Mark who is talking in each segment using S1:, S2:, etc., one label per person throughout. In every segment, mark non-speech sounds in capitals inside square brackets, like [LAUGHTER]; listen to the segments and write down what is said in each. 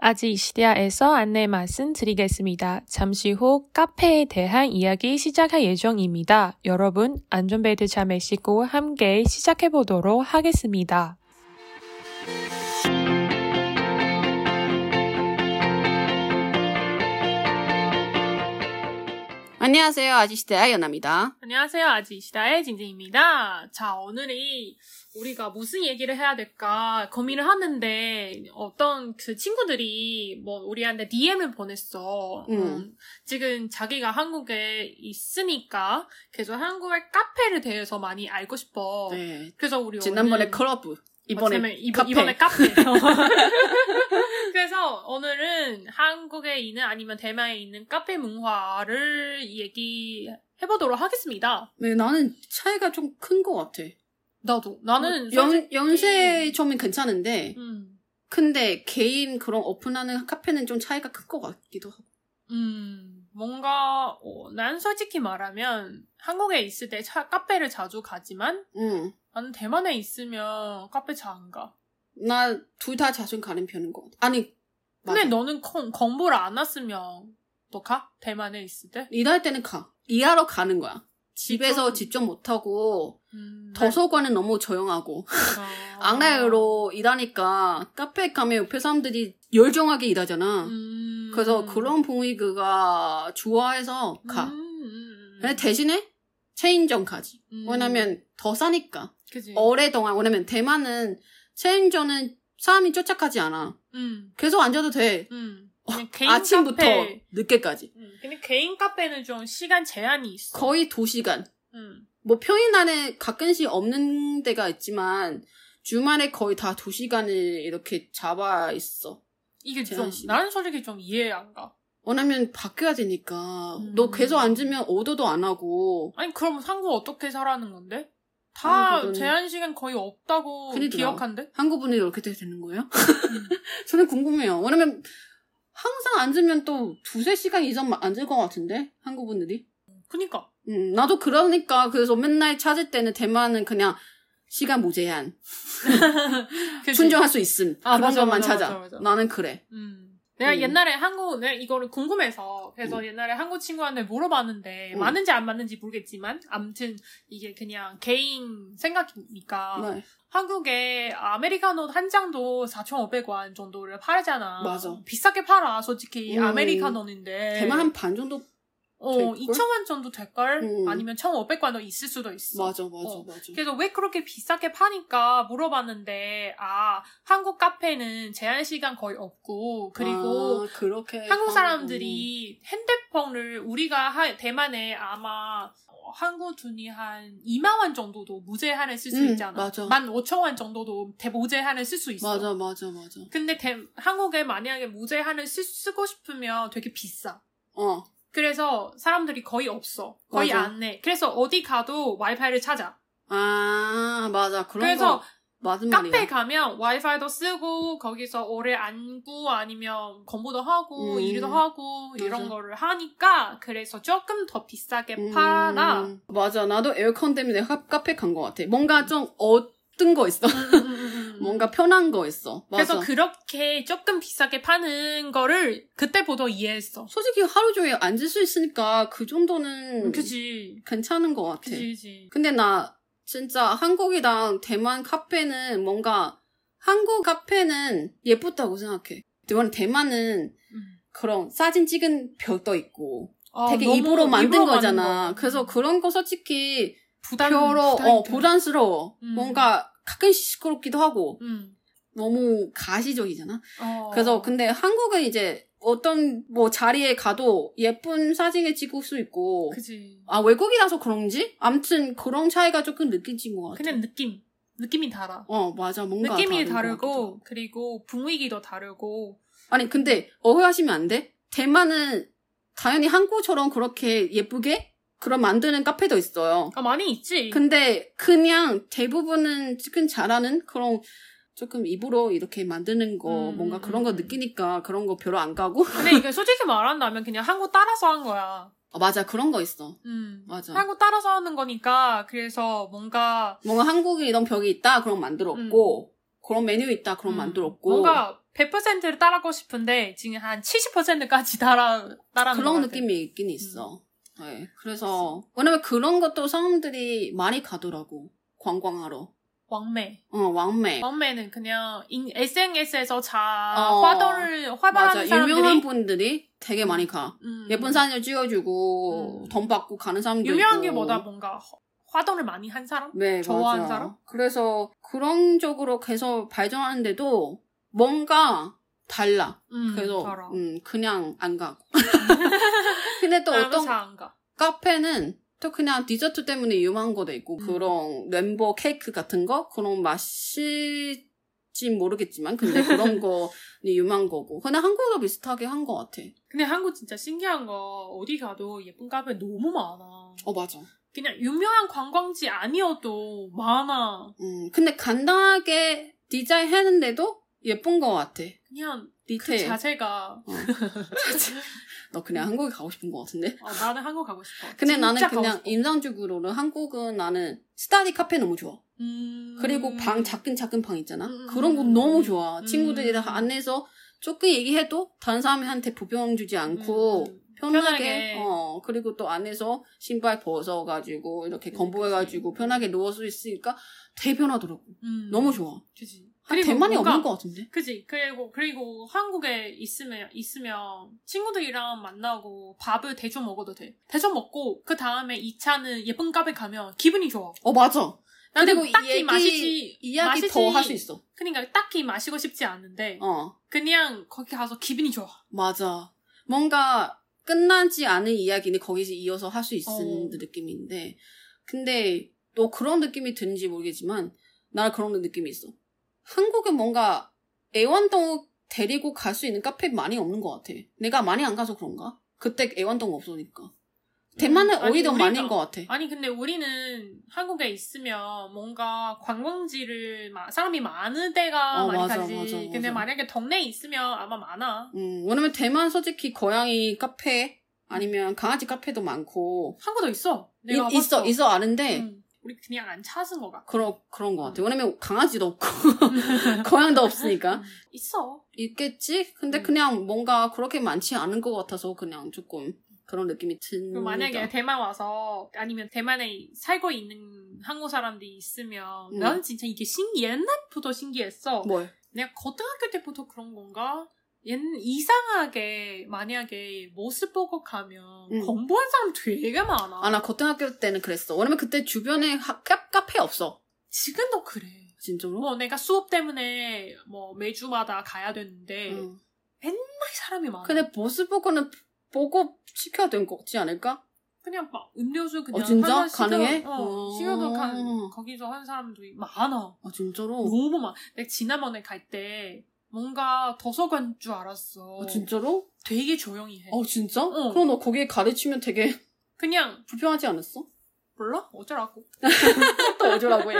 S1: 아직 시리아에서 안내 말씀드리겠습니다. 잠시 후 카페에 대한 이야기 시작할 예정입니다. 여러분, 안전벨트 잘 매시고 함께 시작해 보도록 하겠습니다.
S2: 안녕하세요. 아지시대의 연아입니다.
S3: 안녕하세요. 아지시다의 징징입니다. 자, 오늘이 우리가 무슨 얘기를 해야 될까 고민을 하는데 어떤 그 친구들이 뭐 우리한테 DM을 보냈어.
S2: 음.
S3: 음, 지금 자기가 한국에 있으니까 계속 한국의 카페를 대해서 많이 알고 싶어.
S2: 네.
S3: 그래서 우리
S2: 지난번에
S3: 오늘
S2: 클럽, 아, 이번에
S3: 어쩌면 이번-
S2: 카페.
S3: 이번에 카페. [LAUGHS] 그래서 오늘은 한국에 있는 아니면 대만에 있는 카페 문화를 얘기해보도록 하겠습니다.
S2: 네, 나는 차이가 좀 큰 것 같아.
S3: 나도 나는
S2: 연, 연세 점은 괜찮은데,
S3: 음,
S2: 근데 개인 그런 오픈하는 카페는 좀 차이가 큰 것 같기도 하고.
S3: 음, 뭔가 어, 난 솔직히 말하면 한국에 있을 때 차- 카페를 자주 가지만
S2: 응.
S3: 나는 대만에 있으면 카페 잘 안 가.
S2: 나 둘 다 자주 가는 편인 것 같아. 아니,
S3: 근데
S2: 맞아.
S3: 너는 공, 공부를 안 왔으면 너 가? 대만에 있을 때?
S2: 일할 때는 가. 일하러 가는 거야. 집에서
S3: 직접-
S2: 직접 네. 못하고,
S3: 음,
S2: 도서관은 너무 조용하고,
S3: 어.
S2: 아. 악라이로 일하니까 카페 가면 옆에 사람들이 열정하게 일하잖아.
S3: 음.
S2: 그래서 그런 분위기가 좋아해서 가.
S3: 음, 음, 음.
S2: 근데 대신에 체인점 가지.
S3: 음. 네.
S2: 왜냐면 어. 더 싸니까.
S3: 그지.
S2: 오래동안 왜냐면 대만은 체인점은 사람이 쫓아가지 않아.
S3: 음,
S2: 계속 앉아도 돼.
S3: 음. 그냥 개인
S2: 어, 아침부터
S3: 카페.
S2: 늦게까지.
S3: 음, 근데 개인 카페는 좀 시간 제한이 있어.
S2: 거의 2시간.
S3: 음.
S2: 뭐 평일 날에 가끔씩 없는 데가 있지만 주말에 거의 다 2시간을 이렇게 잡아 있어.
S3: 이게 좀
S2: 제한 시간.
S3: 나는 솔직히 좀 이해 안 가.
S2: 왜냐면 바뀌어야 되니까.
S3: 음.
S2: 너 계속 앉으면 오더도 안 하고.
S3: 아니 그럼 한국 어떻게 살라는 건데?
S2: 아,
S3: 다
S2: 그거는-
S3: 제한 시간 거의 없다고
S2: 그러더라.
S3: 기억한데?
S2: 한국 분들이 이렇게
S3: [LAUGHS]
S2: 되는 거예요? 음. 저는 궁금해요. 왜냐면 항상 앉으면 또 두세 시간 이상 앉을 것 같은데 한국 분들이.
S3: 그니까
S2: 음, 나도 그러니까 그래서 맨날 찾을 때는 대만은 그냥 시간 무제한
S3: 그치?
S2: 순정할 수 있음
S3: 아,
S2: 그런
S3: 맞아,
S2: 것만
S3: 맞아,
S2: 찾아.
S3: 맞아, 맞아.
S2: 나는 그래.
S3: 음. 내가
S2: 음.
S3: 옛날에 한국 내가 이거를 궁금해서 그래서 옛날에 한국 친구한테 물어봤는데
S2: 음.
S3: 맞는지 안 맞는지 모르겠지만 아무튼 이게 그냥 개인 생각이니까
S2: 네.
S3: 한국에 아메리카노 한 장도 4,500원 정도를 팔잖아.
S2: 맞아.
S3: 비싸게 팔아, 솔직히.
S2: 음.
S3: 아메리카노인데.
S2: 대만 한 반 정도
S3: 어,
S2: 될걸?
S3: 2,000원 정도 될걸?
S2: 음.
S3: 아니면 1,500원도 있을 수도 있어.
S2: 맞아 맞아
S3: 어.
S2: 맞아.
S3: 그래서 왜 그렇게 비싸게 파니까 물어봤는데, 아, 한국 카페는 제한시간 거의 없고, 그리고
S2: 아, 그렇게
S3: 한국
S2: 하는구나.
S3: 사람들이 핸드폰을 우리가 하- 대만에 아마 어, 한국 돈이 한 2만 원 정도도 무제한을 쓸 수
S2: 음,
S3: 있잖아.
S2: 맞아.
S3: 1만 5천 원 정도도 대무제한을 쓸 수 있어.
S2: 음. 맞아 맞아 맞아.
S3: 근데 대- 한국에 만약에 무제한을 쓰, 쓰고 싶으면 되게 비싸.
S2: 어
S3: 그래서 사람들이 거의 없어. 거의
S2: 맞아.
S3: 안 내. 그래서 어디 가도 와이파이를 찾아.
S2: 아, 맞아. 그런
S3: 그래서
S2: 거 맞은
S3: 카페
S2: 말이야.
S3: 가면 와이파이도 쓰고 거기서 오래 앉고 아니면 공부도 하고
S2: 음.
S3: 일도 하고 이런
S2: 맞아.
S3: 거를 하니까 그래서 조금 더 비싸게 팔아. 음,
S2: 음, 맞아. 나도 에어컨 때문에 카- 카페 간 것 같아. 뭔가 좀 어떤 거 있어. [LAUGHS]
S3: 음, 음, 음, 음.
S2: [LAUGHS] 뭔가 편한 거 있어. 맞아.
S3: [LAUGHS] 그래서 그렇게 조금 비싸게 파는 거를 그때부터 이해했어.
S2: 솔직히 하루 종일 앉을 수 있으니까 그 정도는
S3: 그지.
S2: 괜찮은 것 같아.
S3: 그지, 그지.
S2: 근데 나 진짜 한국이랑 대만 카페는 뭔가 한국 카페는 예쁘다고 생각해. 대만 대만은
S3: 음.
S2: 그런 사진 찍은 벽도 있고
S3: 어,
S2: 되게
S3: 너무
S2: 입으로 만든
S3: 입으로
S2: 거잖아.
S3: 만든 거.
S2: 그래서 그런 거 솔직히
S3: 부담,
S2: 별로
S3: 부담이
S2: 어,
S3: 돼.
S2: 부담스러워.
S3: 음.
S2: 뭔가 가끔씩 시끄럽기도 하고
S3: 음.
S2: 너무 가시적이잖아.
S3: 어.
S2: 그래서 근데 한국은 이제 어떤 뭐 자리에 가도 예쁜 사진을 찍을 수 있고
S3: 그지.
S2: 아 외국이라서 그런지 아무튼 그런 차이가 조금 느껴진 것 같아.
S3: 그냥 느낌 느낌이 달라.
S2: 어 맞아 뭔가
S3: 느낌이
S2: 다른 것 같기도 하고.
S3: 다르고 그리고 분위기도 다르고.
S2: 아니 근데 어회하시면 안 돼. 대만은 당연히 한국처럼 그렇게 예쁘게 그런 만드는 카페도 있어요.
S3: 아 많이 있지.
S2: 근데 그냥 대부분은 지금 잘하는 그런 조금 입으로 이렇게 만드는 거
S3: 음,
S2: 뭔가
S3: 음,
S2: 그런 거
S3: 음.
S2: 느끼니까 그런 거 별로 안 가고 [LAUGHS]
S3: 근데 이게 솔직히 말한다면 그냥 한국 따라서 한 거야.
S2: 어, 맞아 그런 거 있어
S3: 음.
S2: 맞아.
S3: 한국 따라서 하는 거니까 그래서 뭔가
S2: 뭔가 한국에 이런 벽이 있다 그런 거 만들었고 그런 메뉴 있다 그런
S3: 음,
S2: 만들었고
S3: 뭔가 100%를 따라하고 싶은데 지금 한 70%까지 [LAUGHS] 따라 따라하는
S2: 그런
S3: 것 같아요. 음.
S2: 느낌이 있긴 있어. 네, 그래서 왜냐면 그런 것도 사람들이 많이 가더라고 관광하러.
S3: 왕매.
S2: 어 왕매.
S3: 왕매는 그냥 인- SNS에서 자
S2: 어,
S3: 화도를
S2: 맞아
S3: 화발하는 사람들이
S2: 유명한 분들이 되게 많이 가.
S3: 음,
S2: 예쁜 사진을 찍어주고
S3: 음.
S2: 돈 받고 가는 사람도
S3: 유명한
S2: 있고.
S3: 게 뭐다 뭔가 허- 화도를 많이 한 사람?
S2: 네,
S3: 좋아하는
S2: 맞아.
S3: 사람?
S2: 그래서 그런 쪽으로 계속 발전하는데도 뭔가 달라.
S3: 음,
S2: 그래서
S3: 알아.
S2: 음, 그냥
S3: [LAUGHS]
S2: 안 가고. [LAUGHS] 근데 또
S3: 나도
S2: 어떤
S3: 아, 잘안 가.
S2: 카페는 또 그냥 디저트 때문에 유명한 것도 있고
S3: 음.
S2: 그런 멤버 케이크 같은 거 그런 맛일진 모르겠지만 근데
S3: [LAUGHS]
S2: 그런 거 유명한 거고 근데 한국과 비슷하게 한 것 같아.
S3: 근데 한국 진짜 신기한 거 어디 가도 예쁜 카페 너무 많아.
S2: 어 맞아.
S3: 그냥 유명한 관광지 아니어도 많아.
S2: 음 근데 간단하게 디자인 했는데도 예쁜 것 같아.
S3: 그냥 그
S2: 디테일.
S3: 자세가
S2: 어. 너 그냥 한국에 가고 싶은 것 같은데.
S3: 아, 나는 한국 가고 싶어.
S2: 근데
S3: 진짜
S2: 나는
S3: 가고
S2: 그냥
S3: 싶어.
S2: 인상적으로는 한국은 나는 스타디 카페 너무 좋아.
S3: 음.
S2: 그리고 방 작은 작은 방 있잖아.
S3: 음,
S2: 그런 거
S3: 음,
S2: 너무
S3: 음.
S2: 좋아.
S3: 음.
S2: 친구들이 다 안내서 조금 얘기해도 다른 사람한테 부병 주지 않고
S3: 음, 음.
S2: 편하게,
S3: 편하게.
S2: 어 그리고 또 안에서 신발 벗어가지고 이렇게
S3: 음,
S2: 건보해가지고 편하게 누워 수 있으니까 되게 편하더라고.
S3: 음.
S2: 너무 좋아.
S3: 그지.
S2: 한 대만이
S3: 뭔가-
S2: 없는 것 같은데.
S3: 그지. 그리고 그리고 한국에 있으면 있으면 친구들이랑 만나고 밥을 대충 먹어도 돼. 대충 먹고 그 다음에 2차는 예쁜 카페 가면 기분이 좋아.
S2: 어 맞아.
S3: 나는
S2: 그리고
S3: 딱히
S2: 얘기-
S3: 마시지
S2: 이야기
S3: 마시지-
S2: 더 할 수 있어.
S3: 그러니까 딱히 마시고 싶지 않은데
S2: 어
S3: 그냥 거기 가서 기분이 좋아.
S2: 맞아. 뭔가 끝나지 않은 이야기는 거기서 이어서 할 수 있는
S3: 어.
S2: 느낌인데, 근데 또 그런 느낌이 드는지 모르겠지만, 나는 그런 느낌이 있어. 한국은 뭔가 애완동 데리고 갈 수 있는 카페 많이 없는 것 같아. 내가 많이 안 가서 그런가? 그때 애완동 없으니까. 대만은
S3: 음, 아니,
S2: 오히려
S3: 우리가-
S2: 많은 것 같아.
S3: 아니 근데 우리는 한국에 있으면 뭔가 관광지를 마- 사람이 많은 데가
S2: 어,
S3: 많이
S2: 맞아,
S3: 가지.
S2: 맞아, 맞아.
S3: 근데 만약에 동네에 있으면 아마 많아.
S2: 음, 왜냐면 대만 솔직히 고양이 카페 아니면 강아지 카페도 많고
S3: 한국도 있어.
S2: 이-
S3: 내가
S2: 있어
S3: 봤어. 음.
S2: 있어 아는데
S3: 응. 우리 그냥 안 찾은 거 같아.
S2: 그런 그런 것 같아. 왜냐면 강아지도 없고
S3: [LAUGHS]
S2: 고양도 없으니까
S3: 음. 있어.
S2: 있겠지. 근데
S3: 음.
S2: 그냥 뭔가 그렇게 많지 않은 것 같아서 그냥 조금 그런 느낌이 든다.
S3: 그럼
S2: 그러니까.
S3: 만약에 대만 와서 아니면 대만에 살고 있는 한국 사람들이 있으면
S2: 음.
S3: 나는 진짜 이게 신 옛날부터 신기했어.
S2: 뭘?
S3: 내가 고등학교 때부터 그런 건가? 옛 이상하게 만약에 모습 보고 가면
S2: 음.
S3: 공부한 사람 되게 많아.
S2: 아나 고등학교 때는 그랬어. 왜냐면 그때 주변에 하, 카- 카페 없어.
S3: 지금도 그래.
S2: 진짜로?
S3: 뭐 내가 수업 때문에 뭐 매주마다 가야 되는데 정말
S2: 응.
S3: 사람이 많아.
S2: 음. 근데 보스 보고는 보고 시켜야 된 거지 않을까?
S3: 그냥 막 음료수 그냥
S2: 어, 진짜?
S3: 하나 시켜-
S2: 가능해?
S3: 어,
S2: 어.
S3: 시켜도 간 거기서 하는 사람도 많아.
S2: 아 진짜로?
S3: 너무 많아. 내가 지난번에 갈 때 뭔가 도서관 줄 알았어.
S2: 아 진짜로?
S3: 되게 조용히 해.
S2: 어 진짜?
S3: 네. 응.
S2: 그럼 너 거기에 가르치면 되게 [LAUGHS]
S3: 그냥
S2: 불편하지 않았어?
S3: 몰라? 어쩌라고. [LAUGHS]
S2: 또 어쩌라고 해.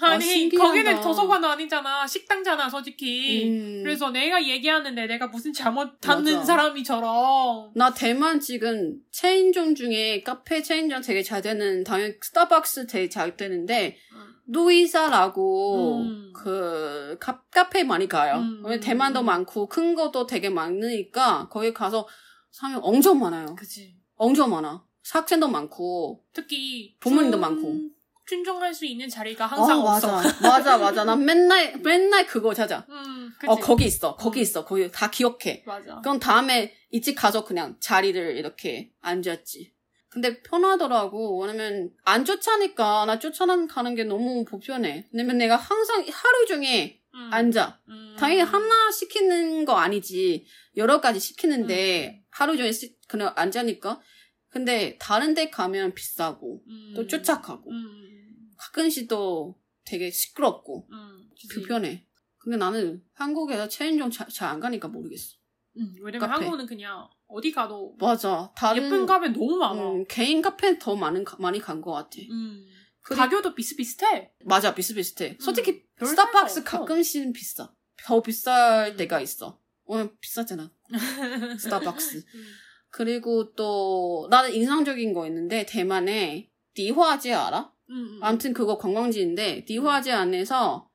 S3: 아니
S2: 신기하다.
S3: 거기는 도서관 아니잖아. 식당잖아 솔직히.
S2: 음.
S3: 그래서 내가 얘기하는데 내가 무슨 잘못 듣는
S2: 맞아.
S3: 사람이처럼
S2: 나 대만 지금 체인점 중에 카페 체인점 되게 잘 되는 당연히 스타벅스 되게 잘 되는데
S3: 음.
S2: 루이사라고
S3: 음.
S2: 그 카, 카페 많이 가요.
S3: 음.
S2: 왜냐면 대만도
S3: 음.
S2: 많고 큰 것도 되게 많으니까 거기 가서 사면 엄청 많아요.
S3: 그지
S2: 엄청 많아. 학생도 많고
S3: 특히
S2: 부모님도
S3: 존-
S2: 많고.
S3: 존중할 수 있는 자리가 항상
S2: 어,
S3: 없어
S2: 맞아 맞아 맞아. 난 맨날 맨날 그거 찾아.
S3: 음, 그치
S2: 어 거기 있어 거기
S3: 음.
S2: 있어 거기 다 기억해.
S3: 맞아
S2: 그럼 다음에 일찍 가서 그냥 자리를 이렇게 앉았지. 근데 편하더라고. 왜냐면 안 쫓아니까 나 쫓아가는 게 너무 불편해. 왜냐면 내가 항상 하루 중에
S3: 음,
S2: 앉아.
S3: 음.
S2: 당연히 하나 시키는 거 아니지. 여러 가지 시키는데
S3: 음.
S2: 하루 종일 시- 그냥 앉으니까. 근데 다른 데 가면 비싸고
S3: 음.
S2: 또 쫓아가고
S3: 음, 음,
S2: 가끔씩 또 되게 시끄럽고
S3: 음, 그치.
S2: 불편해. 근데 나는 한국에서 체인점 잘 안 가니까 모르겠어.
S3: 음, 왜냐면
S2: 카페.
S3: 한국은 그냥 어디 가도
S2: 맞아. 뭐 다른
S3: 예쁜 카페 너무 많아
S2: 음, 개인 카페 더 많은 가- 많이 간 것 같아.
S3: 어. 음.
S2: 그리-
S3: 가격도 비슷비슷해
S2: 맞아 비슷비슷해. 솔직히
S3: 음, 별
S2: 스타벅스
S3: 차이가 없어.
S2: 가끔씩은 비싸. 더 비쌀
S3: 음.
S2: 때가 있어. 오늘
S3: [LAUGHS]
S2: 비쌌잖아. 스타벅스.
S3: 음.
S2: 그리고 또 나는 인상적인 거 있는데 대만에 디화제 알아?
S3: 음, 음.
S2: 아무튼 그거 관광지인데 디화제 안에서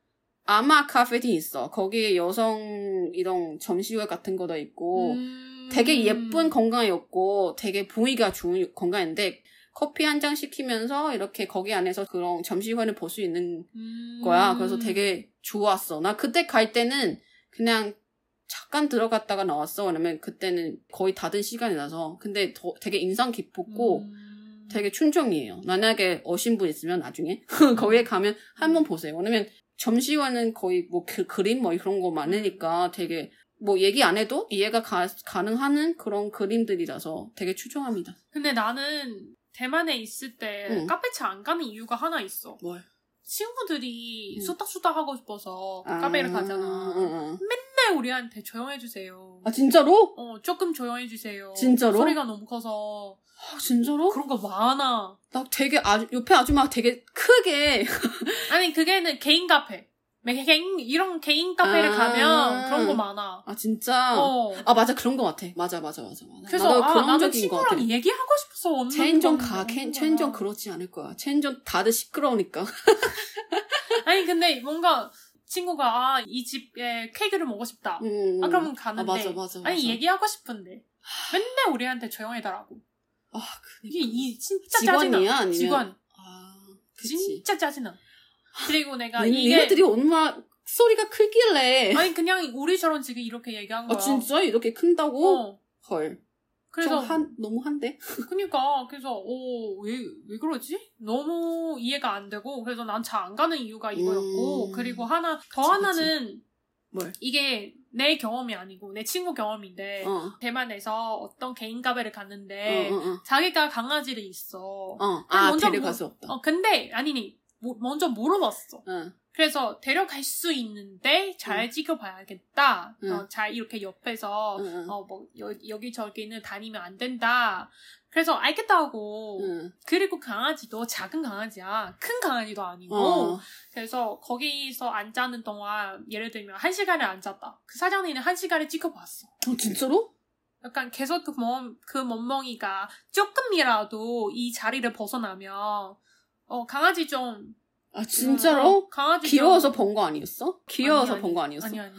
S2: 아마 카페딘 있어. 거기에 여성 이런 전시회 같은 거도 있고
S3: 음.
S2: 되게 예쁜 건강이었고 되게 보기가 좋은 건강인데 커피 한 잔 시키면서 이렇게 거기 안에서 그런 전시회를 볼 수 있는
S3: 음.
S2: 거야. 그래서 되게 좋았어. 나 그때 갈 때는 그냥 잠깐 들어갔다가 나왔어. 왜냐면 그때는 거의 닫은 시간이라서. 근데 더- 되게 인상 깊었고
S3: 음.
S2: 되게 춘종이에요. 만약에 오신 분 있으면 나중에 [LAUGHS] 거기에 가면 한번 보세요. 왜냐면 점시와는 거의 뭐 그, 그림 뭐 그런 거 많으니까 되게 뭐 얘기 안 해도 이해가 가, 가능하는 그런 그림들이라서 되게 추종합니다.
S3: 근데 나는 대만에 있을 때
S2: 응.
S3: 카페차 안 가는 이유가 하나 있어.
S2: 뭘?
S3: 친구들이
S2: 응. 아.
S3: 수닥수닥 하고 싶어서 카페를 가잖아.
S2: 응, 응.
S3: 맨날 우리한테 조용해주세요.
S2: 어, 아 진짜로?
S3: 어, 조금 조용해주세요.
S2: 진짜로?
S3: 소리가 너무 커서.
S2: 아, 진짜로?
S3: 그런 거 많아.
S2: 나 되게 아주 옆에 아줌마 되게 크게
S3: 아니, 그게는 개인 카페. 매- 개인, 이런 개인 카페를
S2: 아.
S3: 가면 그런 거 많아.
S2: 아 진짜
S3: 어.
S2: 아 맞아 그런 거 같아 맞아 맞아 맞아 맞아
S3: 그래서, 아, 나는
S2: 적인 것 같아.
S3: 친구랑 얘기하고 싶어서 온다.
S2: 체인점 가 체- 체인점 그렇지 않을 거야 체인점 다들 시끄러우니까
S3: 아니, 근데 뭔가 친구가, 아, 이 집에 케이크를 먹고 싶다.
S2: 음.
S3: 아, 그러면
S2: 아,
S3: 가는데.
S2: 맞아 맞아 맞아.
S3: 아니 얘기하고 싶은데 맨날 우리한테 조용해달라고
S2: 아,
S3: 이게 이 진짜
S2: 직원이야
S3: 짜증나
S2: 아니면
S3: 직원
S2: 아 그치
S3: 진짜 짜증나 그리고 내가
S2: 니-
S3: 이게 그러니까.
S2: 니네들이 얼마 소리가 크길래
S3: 아니 그냥 우리처럼 지금 이렇게 얘기한
S2: 아
S3: 거야
S2: 진짜 이렇게 큰다고
S3: 어
S2: 헐
S3: 그래서
S2: 좀 한 너무 한데
S3: 그니까 그래서 어, 오왜왜 그러지 너무 이해가 안 되고 그래서 난 잘 안 가는 이유가 이거였고
S2: 음.
S3: 그리고 하나 더
S2: 그치.
S3: 하나는
S2: 뭘?
S3: 이게 내 경험이 아니고 내 친구 경험인데
S2: 어 어
S3: 대만에서 어떤 개인 카페를 갔는데
S2: 어어
S3: 자기가 강아지를 있어
S2: 아
S3: 네. 먼저
S2: 데려갈 수 없다
S3: 어, 근데, 아니니, 뭐- 먼저 물어봤어.
S2: 응
S3: 그래서 데려갈 수 있는데 잘 지켜봐야겠다.
S2: 응.
S3: 어, 잘 이렇게 옆에서,
S2: 응, 응.
S3: 어, 뭐, 여, 기저기는 다니면 안 된다. 그래서 알겠다고.
S2: 응.
S3: 그리고 강아지도 작은 강아지야. 큰 강아지도 아니고.
S2: 어.
S3: 그래서 거기서 앉자는 동안, 예를 들면 한 시간을 앉았다. 그 사장님은 한 시간을 찍어봤어.
S2: 어, 진짜로?
S3: 약간 계속 그, 멍, 그 멍멍이가 조금이라도 이 자리를 벗어나면 어 강아지 좀
S2: 아
S3: 음,
S2: 진짜로?
S3: 어, 강아지 좀-
S2: 귀여워서 본 거 아니었어? 귀여워서
S3: 아니,
S2: 본 거 아니었어?
S3: 아니, 아니.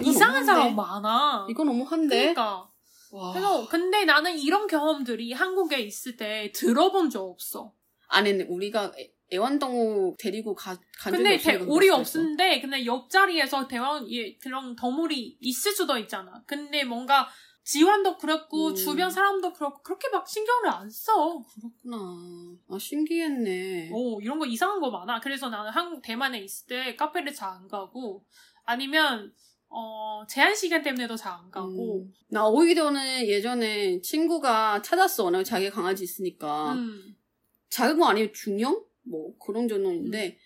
S2: 이건
S3: 이상한 사람
S2: 너무한데?
S3: 많아.
S2: 이건 너무 한데. 아.
S3: 그러니까
S2: 와.
S3: 그래서 근데 나는 이런 경험들이 한국에 있을 때 들어본 적 없어.
S2: 아니 우리가 애- 애완동물 데리고 가, 간 적이
S3: 근데 대,
S2: 없으니까
S3: 우리
S2: 그럴 수도 있어.
S3: 없는데 근데 옆자리에서 대원 예, 그런 덩어리 있을 수도 있잖아. 근데 뭔가 지원도 그렇고
S2: 음.
S3: 주변 사람도 그렇고 그렇게 막 신경을 안 써.
S2: 그렇구나. 아 신기했네.
S3: 오, 이런 거 이상한 거 많아. 그래서 나는 한국, 대만에 있을 때 카페를 잘 안 가고, 아니면, 어, 제한 시간 때문에도 잘 안 가고,
S2: 음. 나 오히려는 예전에 친구가 찾았어. 왜냐면 자기 강아지 있으니까.
S3: 음,
S2: 작은 거 아니면 중형? 뭐 그런 정도인데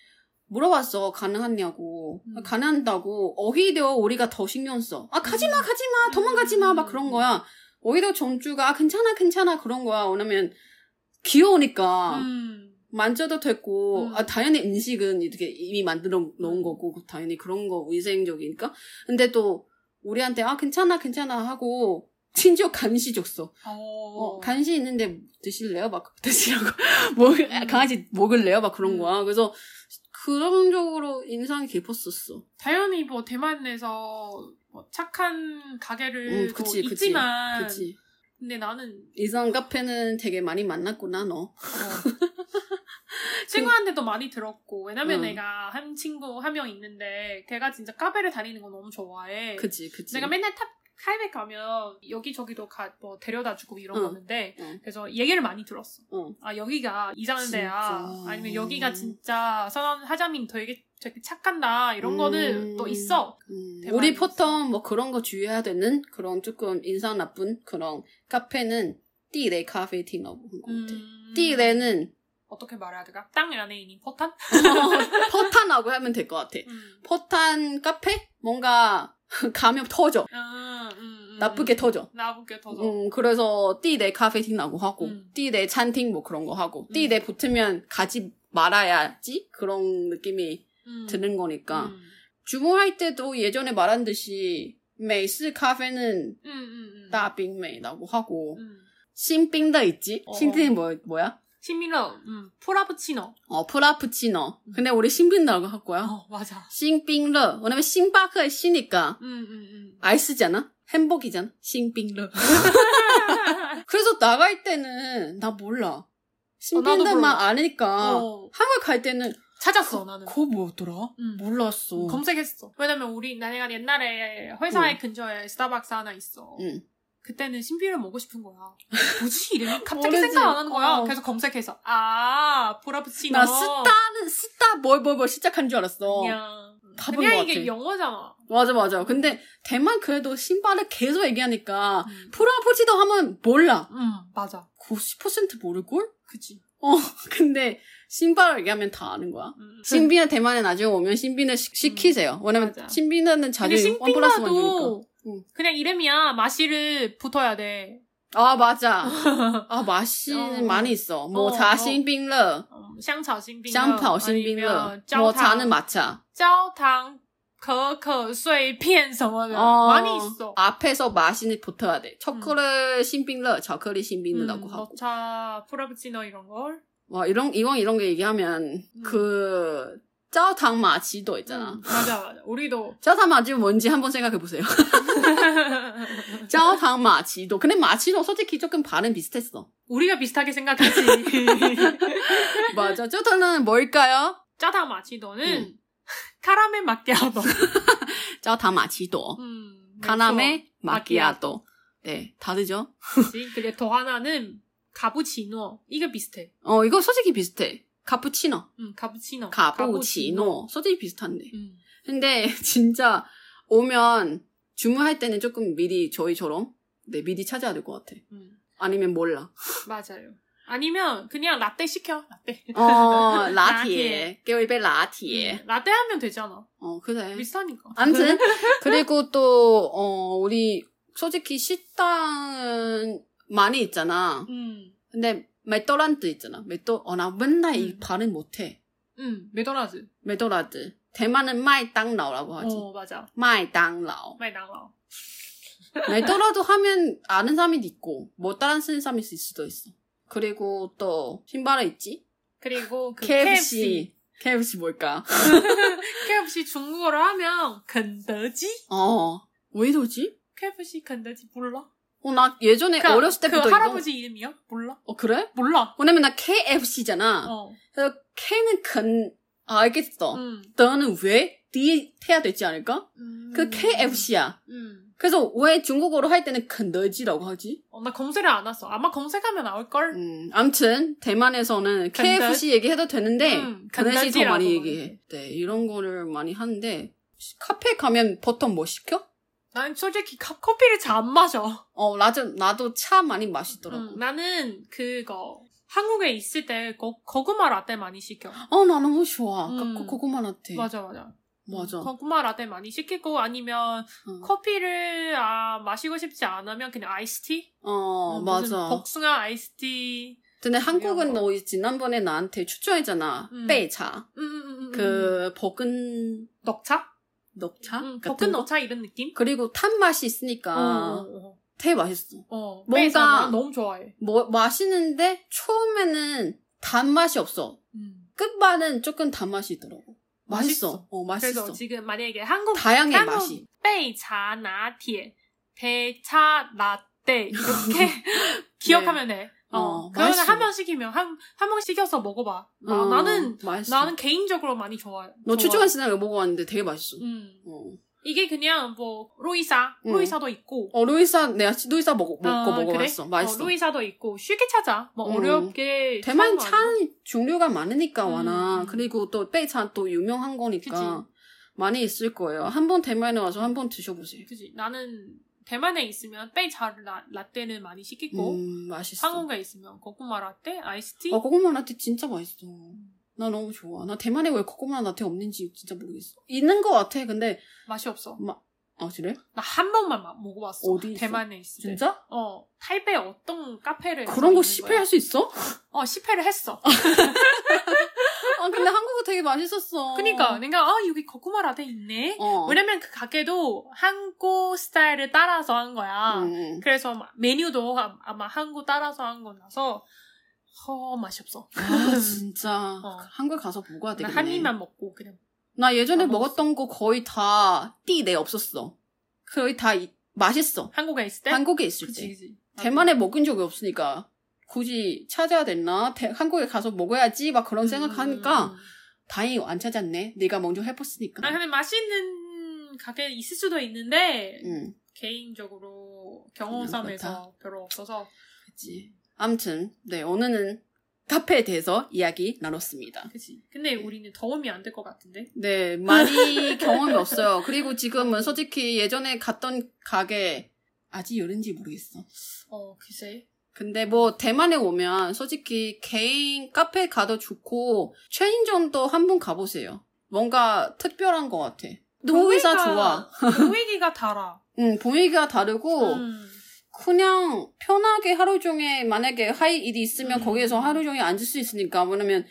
S2: 물어봤어. 가능하냐고.
S3: 음.
S2: 가능한다고. 오히려 우리가 더 신경 써. 아
S3: 음.
S2: 가지마 가지마 도망가지마 막 그런 거야. 오히려 정주가 아, 괜찮아 괜찮아 그런 거야. 왜냐면 귀여우니까.
S3: 음,
S2: 만져도 됐고,
S3: 음.
S2: 아, 당연히 음식은 이렇게 이미 만들어 놓은 거고, 당연히 그런 거 위생적이니까. 근데 또, 우리한테, 아, 괜찮아, 괜찮아 하고, 심지어 간식 줬어.
S3: 어,
S2: 어, 간식 있는데 드실래요? 막, 드시라고. [LAUGHS] 먹,
S3: 음.
S2: 강아지 먹을래요? 막 그런
S3: 음.
S2: 거야. 그래서, 그런 쪽으로 인상이 깊었었어.
S3: 당연히 뭐, 대만에서 뭐 착한 가게를
S2: 음, 그치,
S3: 또
S2: 그치,
S3: 있지만,
S2: 그치.
S3: 근데 나는,
S2: 이상 카페는 되게 많이 만났구나,
S3: 어,
S2: 너. [LAUGHS]
S3: [LAUGHS] 친구한테도 많이 들었고, 왜냐면
S2: 음.
S3: 내가 한 친구 한 명 있는데, 걔가 진짜 카페를 다니는 거 너무 좋아해.
S2: 그치, 그치.
S3: 네. 내가 맨날 탑 카이백 가면 여기저기도 가, 뭐 데려다 주고 이런
S2: 응.
S3: 거는데
S2: 응.
S3: 그래서 얘기를 많이 들었어.
S2: 응.
S3: 아 여기가 이상한
S2: 진짜.
S3: 데야. 아니면 여기가 진짜 선한 하자민 되게 되게 착한다 이런 거는
S2: 음.
S3: 또 있어.
S2: 음,
S3: 대만에서.
S2: 우리 보통 뭐 그런 거 주의해야 되는 그런 조금 인상 나쁜 그런 카페는 띠레 카페티라고 하는 것 같아.
S3: 음,
S2: 띠레는 [LAUGHS]
S3: 어떻게 말해야 될까? 땅 안에 있는 포탄?
S2: 포탄이라고 하면 될 것 같아.
S3: 음.
S2: 포탄 카페? 뭔가 [LAUGHS] 가면 터져.
S3: 음, 음, 음.
S2: 나쁘게 터져.
S3: 나쁘게 터져.
S2: 음, 그래서 띠레 카페티라고 하고
S3: 음.
S2: 띠레 찬팅 뭐 그런 거 하고
S3: 음.
S2: 띠레 붙으면 가지 말아야지 그런 느낌이
S3: 음.
S2: 드는 거니까
S3: 음.
S2: 주문할 때도 예전에 말한 듯이 메이스 카페는
S3: 음, 음, 음.
S2: 따빙메이라고 하고
S3: 음.
S2: 신빙도 있지?
S3: 어.
S2: 신빙이 뭐, 뭐야?
S3: 시밀러, 음, 프라푸치노.
S2: 어, 프라푸치노. 근데 우리 신빈다고 할 거야.
S3: 어, 맞아.
S2: 신빙러. 왜냐면 신바크의 신이니까.
S3: 음, 음, 음.
S2: 아이스잖아? 햄버기잖아?
S3: [LAUGHS]
S2: 신빙러. 그래서 나갈 때는 나 몰라.
S3: 나도
S2: 신빈다만
S3: 몰라.
S2: 아니까.
S3: 어,
S2: 한국 갈 때는
S3: 찾았어, 나는.
S2: 그거 뭐였더라?
S3: 음.
S2: 몰랐어.
S3: 검색했어. 왜냐면 우리 내가 옛날에 회사의 근처에 스타벅스 하나 있어.
S2: 응.
S3: 그때는 신비를 먹고 싶은
S2: [LAUGHS]
S3: 거야. 뭐지 이름이? 갑자기
S2: 모르지.
S3: 생각 안 하는 거야.
S2: 어.
S3: 그래서 검색해서 아 프라푸치노.
S2: 나 스타는 스타 뭘 뭘 뭘 시작한 줄 알았어.
S3: 그냥
S2: 답은
S3: 그냥
S2: 것
S3: 이게
S2: 같아.
S3: 영어잖아.
S2: 맞아 맞아. 근데 대만 그래도 신발을 계속 얘기하니까
S3: 음.
S2: 프라포지도 하면 몰라.
S3: 음 맞아.
S2: 90% 모를걸? [LAUGHS]
S3: 그치.
S2: 근데 신발을 얘기하면 다 아는 거야.
S3: 음.
S2: 신비는 대만에 나중에 오면 신비는 시- 시키세요. 왜냐면
S3: 맞아.
S2: 신비는
S3: 근데
S2: 자기 원 플러스 원 주니까.
S3: 신비라도
S2: 응.
S3: 그냥 이름이야 마시를 붙어야 돼. [LAUGHS]
S2: 아 맞아. 아 맛이
S3: 어.
S2: 많이 있어. 뭐
S3: 어, 어.
S2: 자신빙러,
S3: 음, 샹차오 신비.
S2: 샴파오 신빙러, 뭐 자는 마차.
S3: 짜오탕可可碎片什么的
S2: 어,
S3: 뭐 많이 있어.
S2: 앞에서 맛이 붙어야 돼. 초콜릿 신빙러, 초콜릿 신빙러라고 하고.
S3: 녹차 음, 프라푸치노 이런 걸.
S2: 와 이런 이왕 이런 거 얘기하면
S3: 음.
S2: 그 짜오탕 마치도 있잖아.
S3: 음, 맞아 맞아. 우리도
S2: 짜오탕 마치 뭔지 한번 생각해 보세요. [LAUGHS] 짜오탕 마치도. 근데 마치도 솔직히 조금 발음 비슷했어.
S3: 우리가 비슷하게 [LAUGHS] 생각하지.
S2: 맞아. 짜오탕은 뭘까요?
S3: 짜다 마치도는 [LAUGHS] 카라멜 [LAUGHS] 마키아도.
S2: 짜오탕 마치도.
S3: 음,
S2: 카나메 마키아도. 네, 다르죠?
S3: 그치? 그리고 더 하나는 가부치노. 이거 비슷해.
S2: 어 이거 솔직히 비슷해. 카푸치노,
S3: 음, 가부치노.
S2: 카푸치노. 솔직히 비슷한데.
S3: 음,
S2: 근데 [LAUGHS] 진짜 오면 주문할 때는 조금 미리 저희처럼 네 미리 찾아야 될 것 같아.
S3: 음,
S2: 아니면 몰라.
S3: 맞아요. 아니면 그냥 라떼 시켜. 라떼.
S2: 어
S3: 라티에.
S2: [LAUGHS] 라티에 깨울배 라티에.
S3: 음, 라떼 하면 되잖아.
S2: 어
S3: 네.
S2: 그래.
S3: 비슷하니까. [LAUGHS]
S2: 아무튼 그리고 또 어, 우리 솔직히 식당 많이 있잖아.
S3: 음,
S2: 근데 맥도란드 있잖아. 맥도 어나 맨날 이
S3: 음.
S2: 발음 못해.
S3: 음, 메도라즈.
S2: 맥도란드. 대만은 마이땅라오라고 하지.
S3: 어, 맞아.
S2: 마이땅라오.
S3: 많이 나와.
S2: 날더라도 하면 아는 사람이 있고 못 따라 쓰는 사람일 수도 있어. 그리고 또 신발에 있지?
S3: 그리고 그 KFC.
S2: KFC. KFC 뭘까?
S3: KFC 중국어로 하면 건더지?
S2: 어. 왜 이러지?
S3: KFC 건더지 몰라?
S2: 어, 나 예전에
S3: 그-
S2: 어렸을 때부터
S3: 그
S2: 이거-
S3: 할아버지 이름이요? 몰라?
S2: 어, 그래?
S3: 몰라.
S2: 왜냐면 나 KFC잖아.
S3: 어.
S2: 그래서 K는 근 아, 알겠어.
S3: 음.
S2: 너는 왜 뒤에 태야 되지 않을까?
S3: 음.
S2: 그 KFC야.
S3: 음.
S2: 그래서 왜 중국어로 할 때는 근더지라고 하지?
S3: 어, 나 검색을 안 왔어. 아마 검색하면 나올 걸.
S2: 음, 암튼 대만에서는
S3: 간다-
S2: KFC 얘기해도 되는데
S3: 음,
S2: 그네시 더
S3: 간다지라고
S2: 많이
S3: 하는데.
S2: 얘기해. 네, 이런 거를 많이 하는데 시- 카페 가면 보통 뭐 시켜?
S3: 난 솔직히 카- 커피를 잘 안 마셔.
S2: 어, 나도 나도 차 많이 마시더라고.
S3: 음, 나는 그거 한국에 있을 때 거, 고구마 라떼 많이 시켜.
S2: 어, 나 너무 좋아. 그
S3: 음.
S2: 고- 고구마 라떼.
S3: 맞아 맞아.
S2: 맞아.
S3: 고구마 라떼 많이 시키고 아니면
S2: 음.
S3: 커피를 아, 마시고 싶지 않으면 그냥 아이스티.
S2: 어,
S3: 음, 무슨
S2: 맞아.
S3: 복숭아 아이스티.
S2: 근데
S3: 이런
S2: 한국은
S3: 거.
S2: 너 지난번에 나한테 추천했잖아.
S3: 음.
S2: 빼차.
S3: 음, 음, 음, 음.
S2: 그 볶은
S3: 녹차?
S2: 녹차
S3: 음,
S2: 아? 같은
S3: 볶은
S2: 거?
S3: 녹차 이런 느낌?
S2: 그리고 탄 맛이 있으니까
S3: 어, 어, 어.
S2: 되게 맛있어.
S3: 어,
S2: 뭔가-
S3: 뭔가 난 너무 좋아해.
S2: 뭐, 맛있는데 처음에는 단맛이 없어.
S3: 음.
S2: 끝반은 조금 단맛이 있더라고. 맛있어.
S3: 맛있어.
S2: 어,
S3: 그래서
S2: 맛있어.
S3: 지금 만약에 한국
S2: 다양해,
S3: 한국
S2: 맛이.
S3: 베이차 나티에 배차 라떼
S2: [LAUGHS]
S3: 이렇게 기억하면 돼. 어,
S2: 네. 어,
S3: 그러면
S2: 맛있어.
S3: 한 번 시키면 한한 번 시켜서 먹어봐. 나,
S2: 어,
S3: 나는
S2: 맛있어.
S3: 나는 개인적으로 많이 좋아해.
S2: 너
S3: 좋아해.
S2: 추천한 시나거 먹어봤는데 되게 맛있어.
S3: 음.
S2: 어.
S3: 이게 그냥 뭐 로이사
S2: 음.
S3: 로이사도 있고
S2: 어, 루이사, 내가 시- 루이사 먹, 먹고
S3: 아,
S2: 먹어봤어.
S3: 그래?
S2: 맛있어.
S3: 어, 로이사도 있고 쉽게 찾아. 뭐
S2: 음.
S3: 어렵게 찾는
S2: 대만
S3: 거 아니야?
S2: 찬 종류가 많으니까
S3: 음,
S2: 와나.
S3: 음.
S2: 그리고 또 빼찬 또 유명한 거니까 많이 있을 거예요. 한번 대만에 와서 한번 드셔보세요.
S3: 그지. 나는 대만에 있으면 빼차 라- 라떼는 많이 시키고
S2: 음, 맛있어.
S3: 뭐? 한국에 있으면 고구마 라떼, 아이스티.
S2: 아, 고구마 라떼 진짜 맛있어. 나 너무 좋아. 나 대만에 왜 고구마 라떼 없는지 진짜 모르겠어. 있는 거 같아. 근데
S3: 맛이 없어.
S2: 아 그래?
S3: 나 한 번만 마- 먹어봤어.
S2: 어디 있어?
S3: 대만에 있을 때.
S2: 진짜?
S3: 어, 타이베이 어떤 카페를
S2: 그런 거
S3: 회
S2: 실패할
S3: [LAUGHS]
S2: 수 있어?
S3: 어, 실패를 했어.
S2: 아 근데 한국어 되게 맛있었어.
S3: 그니까 내가 아 여기 고구마 라떼 있네.
S2: 어.
S3: 왜냐면 그 가게도 한국 스타일을 따라서 한 거야.
S2: 음.
S3: 그래서 막 메뉴도 아- 아마 한국 따라서 한 거라서 허 맛이 없어.
S2: 아 진짜
S3: 어.
S2: 한국 가서 먹어야 되겠네.
S3: 나한 입만 먹고 그냥
S2: 나 예전에
S3: 안 먹었어.
S2: 먹었던 거 거의 다 띠내 없었어. 거의 다 이- 맛있어.
S3: 한국에 있을 때.
S2: 한국에 있을
S3: 그치
S2: 때.
S3: 그치.
S2: 대만에 먹은 적이 없으니까 굳이 찾아야 됐나? 대- 한국에 가서 먹어야지 막 그런 생각하니까
S3: 음.
S2: 다행히 안 찾았네. 네가 먼저
S3: 아
S2: 해봤으니까.
S3: 근데 맛있는 가게 있을 수도 있는데
S2: 응,
S3: 개인적으로
S2: 음. 그렇다.
S3: 경험상에서 별로 없어서
S2: 그치. 암튼 네 오늘은 카페에 대해서 이야기 나눴습니다.
S3: 그치. 근데
S2: 음.
S3: 우리는 더우면 안 될 것 같은데. [LAUGHS]
S2: 네, 많이 경험이 없어요. 그리고 지금은 솔직히 예전에 갔던 가게 아직 이런지 모르겠어.
S3: 어 글쎄.
S2: 근데 뭐 대만에 오면 솔직히 개인 카페 가도 좋고 체인점도 한 번 가보세요. 뭔가 특별한 것 같아. 노회사 좋아.
S3: [LAUGHS] 분위기가 달아.
S2: 응, 분위기가 다르고
S3: 음.
S2: 그냥 편하게 하루 종일 만약에 할 일이 있으면
S3: 음.
S2: 거기에서 하루 종일 앉을 수 있으니까 왜냐면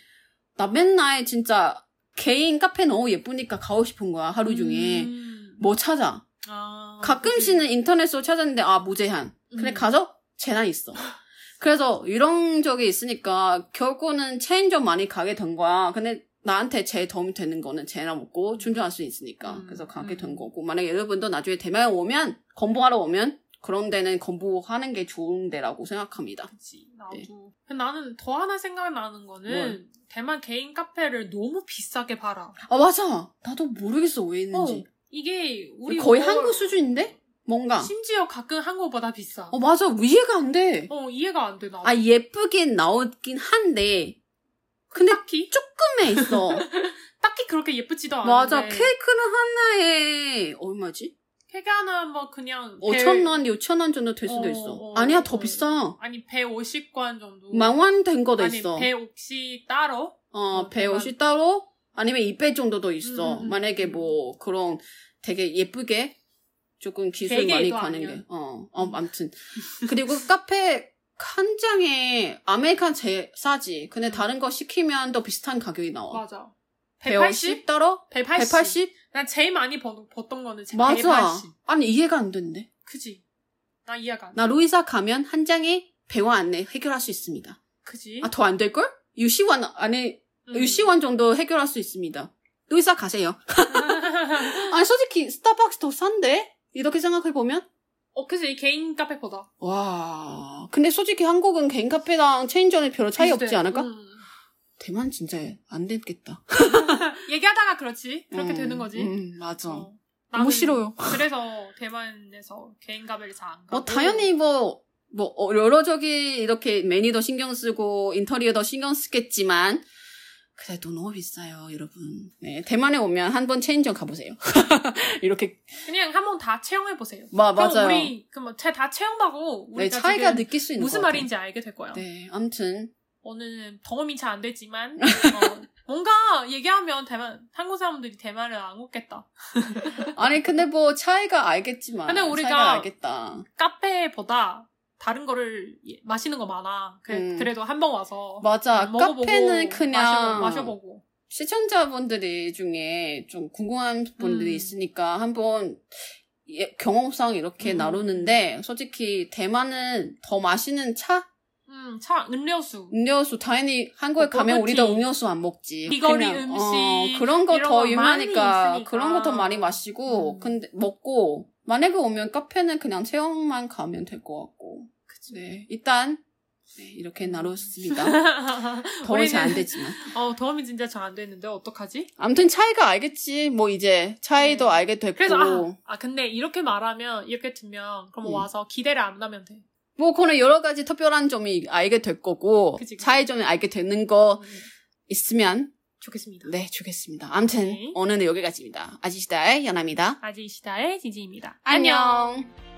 S2: 나 맨날 진짜 개인 카페 너무 예쁘니까 가고 싶은 거야 하루 종일.
S3: 음.
S2: 뭐 찾아.
S3: 아,
S2: 가끔씩은 인터넷으로 찾았는데 아 무제한. 근데
S3: 음.
S2: 가서 재난 있어. 그래서 이런 적이 있으니까 결국은 체인점 많이 가게 된 거야. 근데 나한테 제일 도움이 되는 거는 재나 먹고 충전할 수 있으니까
S3: 음,
S2: 그래서 가게
S3: 음.
S2: 된 거고 만약에 여러분도 나중에 대만에 오면 공부하러 오면 그런 데는 공부하는 게 좋은 데라고 생각합니다.
S3: 그치. 나도.
S2: 네.
S3: 근데 나는 더 하나 생각나는 거는 대만 개인 카페를 너무 비싸게 팔아.
S2: 아 맞아. 나도 모르겠어 왜 있는지.
S3: 어, 이게 우리
S2: 거의
S3: 월-
S2: 한국 수준인데 뭔가.
S3: 심지어 가끔 한국보다 비싸.
S2: 어
S3: 어,
S2: 맞아 이해가 안 돼.
S3: 이해가 안 돼. 나.
S2: 아 예쁘긴 나오긴 한데 근데
S3: 딱히
S2: 조금에 있어.
S3: 딱히 그렇게 예쁘지도 않은데.
S2: 맞아. 케이크는 하나에 얼마지?
S3: 케이크 하나 뭐 그냥
S2: 어, 5천
S3: 배-
S2: 원, 6천 원 정도 될 수도
S3: 어,
S2: 있어.
S3: 어,
S2: 아니야 더
S3: 어.
S2: 비싸.
S3: 아니 150관 정도.
S2: 망원 된 거도
S3: 아니
S2: 있어.
S3: 150 따로.
S2: 어,
S3: 어,
S2: 배
S3: 대만.
S2: 옷이 따로 아니면 2배 정도도 있어.
S3: 음, 음, 음.
S2: 만약에 뭐 그런 되게 예쁘게 조금 기술 많이
S3: 베개도
S2: 가는
S3: 아니야.
S2: 게. 어, 어 아무튼 그리고 카페 한 장에 아메리칸 제일 싸지. 근데 다른 거 시키면 더 비슷한 가격이 나와.
S3: 음. 맞아.
S2: 어. 배 옷이
S3: 180?
S2: 따로
S3: 180.
S2: 180?
S3: 난 제일 많이 버, 던 거는 제
S2: 맞아.
S3: 180.
S2: 아니 이해가 안 된대.
S3: 그지? 나 이해가 안 돼.
S2: 나 로이사 가면 한 장에 100원 안에 해결할 수 있습니다.
S3: 그지?
S2: 아, 더 안 될걸? 60원 안에,
S3: 음.
S2: 60원 정도 해결할 수 있습니다.
S3: [LAUGHS]
S2: 로이사 가세요. 아니, 솔직히 스타벅스 더 싼데? 이렇게 생각해보면?
S3: 어, 그지? 개인 카페보다.
S2: 와. 근데 솔직히 한국은 개인 카페랑 체인점에 별로 차이 없지
S3: 비슷해.
S2: 않을까?
S3: 음.
S2: 대만 진짜 안 됐겠다.
S3: 얘기하다가 그렇지. 그렇게
S2: 음,
S3: 되는 거지.
S2: 음, 맞아.
S3: 어.
S2: 너무
S3: 나는
S2: 싫어요.
S3: 그래서 대만에서 개인 카페를 잘 안 가.
S2: 뭐,
S3: 음.
S2: 당연히 뭐, 뭐, 어, 여러 저기 이렇게 매니도 신경 쓰고 인테리어도 신경 쓰겠지만, 그래도 너무 비싸요, 여러분. 네, 대만에 오면 한 번 체인점 가보세요. [LAUGHS] 이렇게
S3: 그냥 한 번 다 체험해 보세요.
S2: 마,
S3: 그럼
S2: 맞아요.
S3: 우리 그럼 다 체험하고
S2: 네,
S3: 우리가
S2: 차이가
S3: 지금
S2: 느낄 수 있는
S3: 무슨
S2: 것
S3: 말인지 알게 될 거야.
S2: 같아요. 네, 아무튼
S3: 오늘은 더움이 잘 안
S2: [LAUGHS]
S3: 되지만 어, 뭔가 얘기하면 대만 한국 사람들이 대만을 안 웃겠다.
S2: 아니 근데 뭐 차이가 알겠지만
S3: 근데 우리가-
S2: 차이가 알겠다.
S3: 카페보다 다른 거를 예- 마시는 거 많아. 그,
S2: 음.
S3: 래도 한 번 와서 음,
S2: 맞아,
S3: 먹어보고
S2: 카페는
S3: 마셔보-
S2: 그냥
S3: 마셔보고.
S2: 시청자분들이 중에 좀 궁금한 분들이
S3: 음.
S2: 있으니까 한번 예- 경험상 이렇게
S3: 음.
S2: 나누는데 솔직히 대만은 더 마시는 차
S3: 음, 차 음료수.
S2: 음료수 당연히 한국에
S3: 뭐
S2: 가면
S3: 버블티.
S2: 우리도 음료수 안 먹지.
S3: 비거리
S2: 그냥,
S3: 음식,
S2: 어, 그런 거
S3: 이런
S2: 더
S3: 거 많이
S2: 유명하니까
S3: 있으니까.
S2: 그런 거 더 많이 마시고
S3: 음.
S2: 근데 먹고 만약에 오면 카페는 그냥 체험만 가면 될 것 같고.
S3: 그치.
S2: 네, 일단 네, 이렇게 나눴습니다.
S3: [LAUGHS]
S2: 더워서 안
S3: 우리는-
S2: 되지만.
S3: [LAUGHS] 어, 더움이 진짜 잘 안 되는데 어떡하지?
S2: 아무튼 차이가 알겠지. 뭐 이제 차이도
S3: 네.
S2: 알게 됐고.
S3: 그래서 아, 아 근데 이렇게 말하면 이렇게 듣면 그럼
S2: 음.
S3: 와서 기대를 안 하면 돼.
S2: 뭐 그거는 여러 가지 특별한 점이 알게 될 거고
S3: 그치, 그치.
S2: 차이점이 알게 되는 거
S3: 음,
S2: 있으면
S3: 좋겠습니다.
S2: 네 좋겠습니다. 아무튼
S3: 네.
S2: 오늘은 여기까지입니다. 아지시다의 연아입니다.
S3: 아지시다의 지지입니다.
S2: 안녕.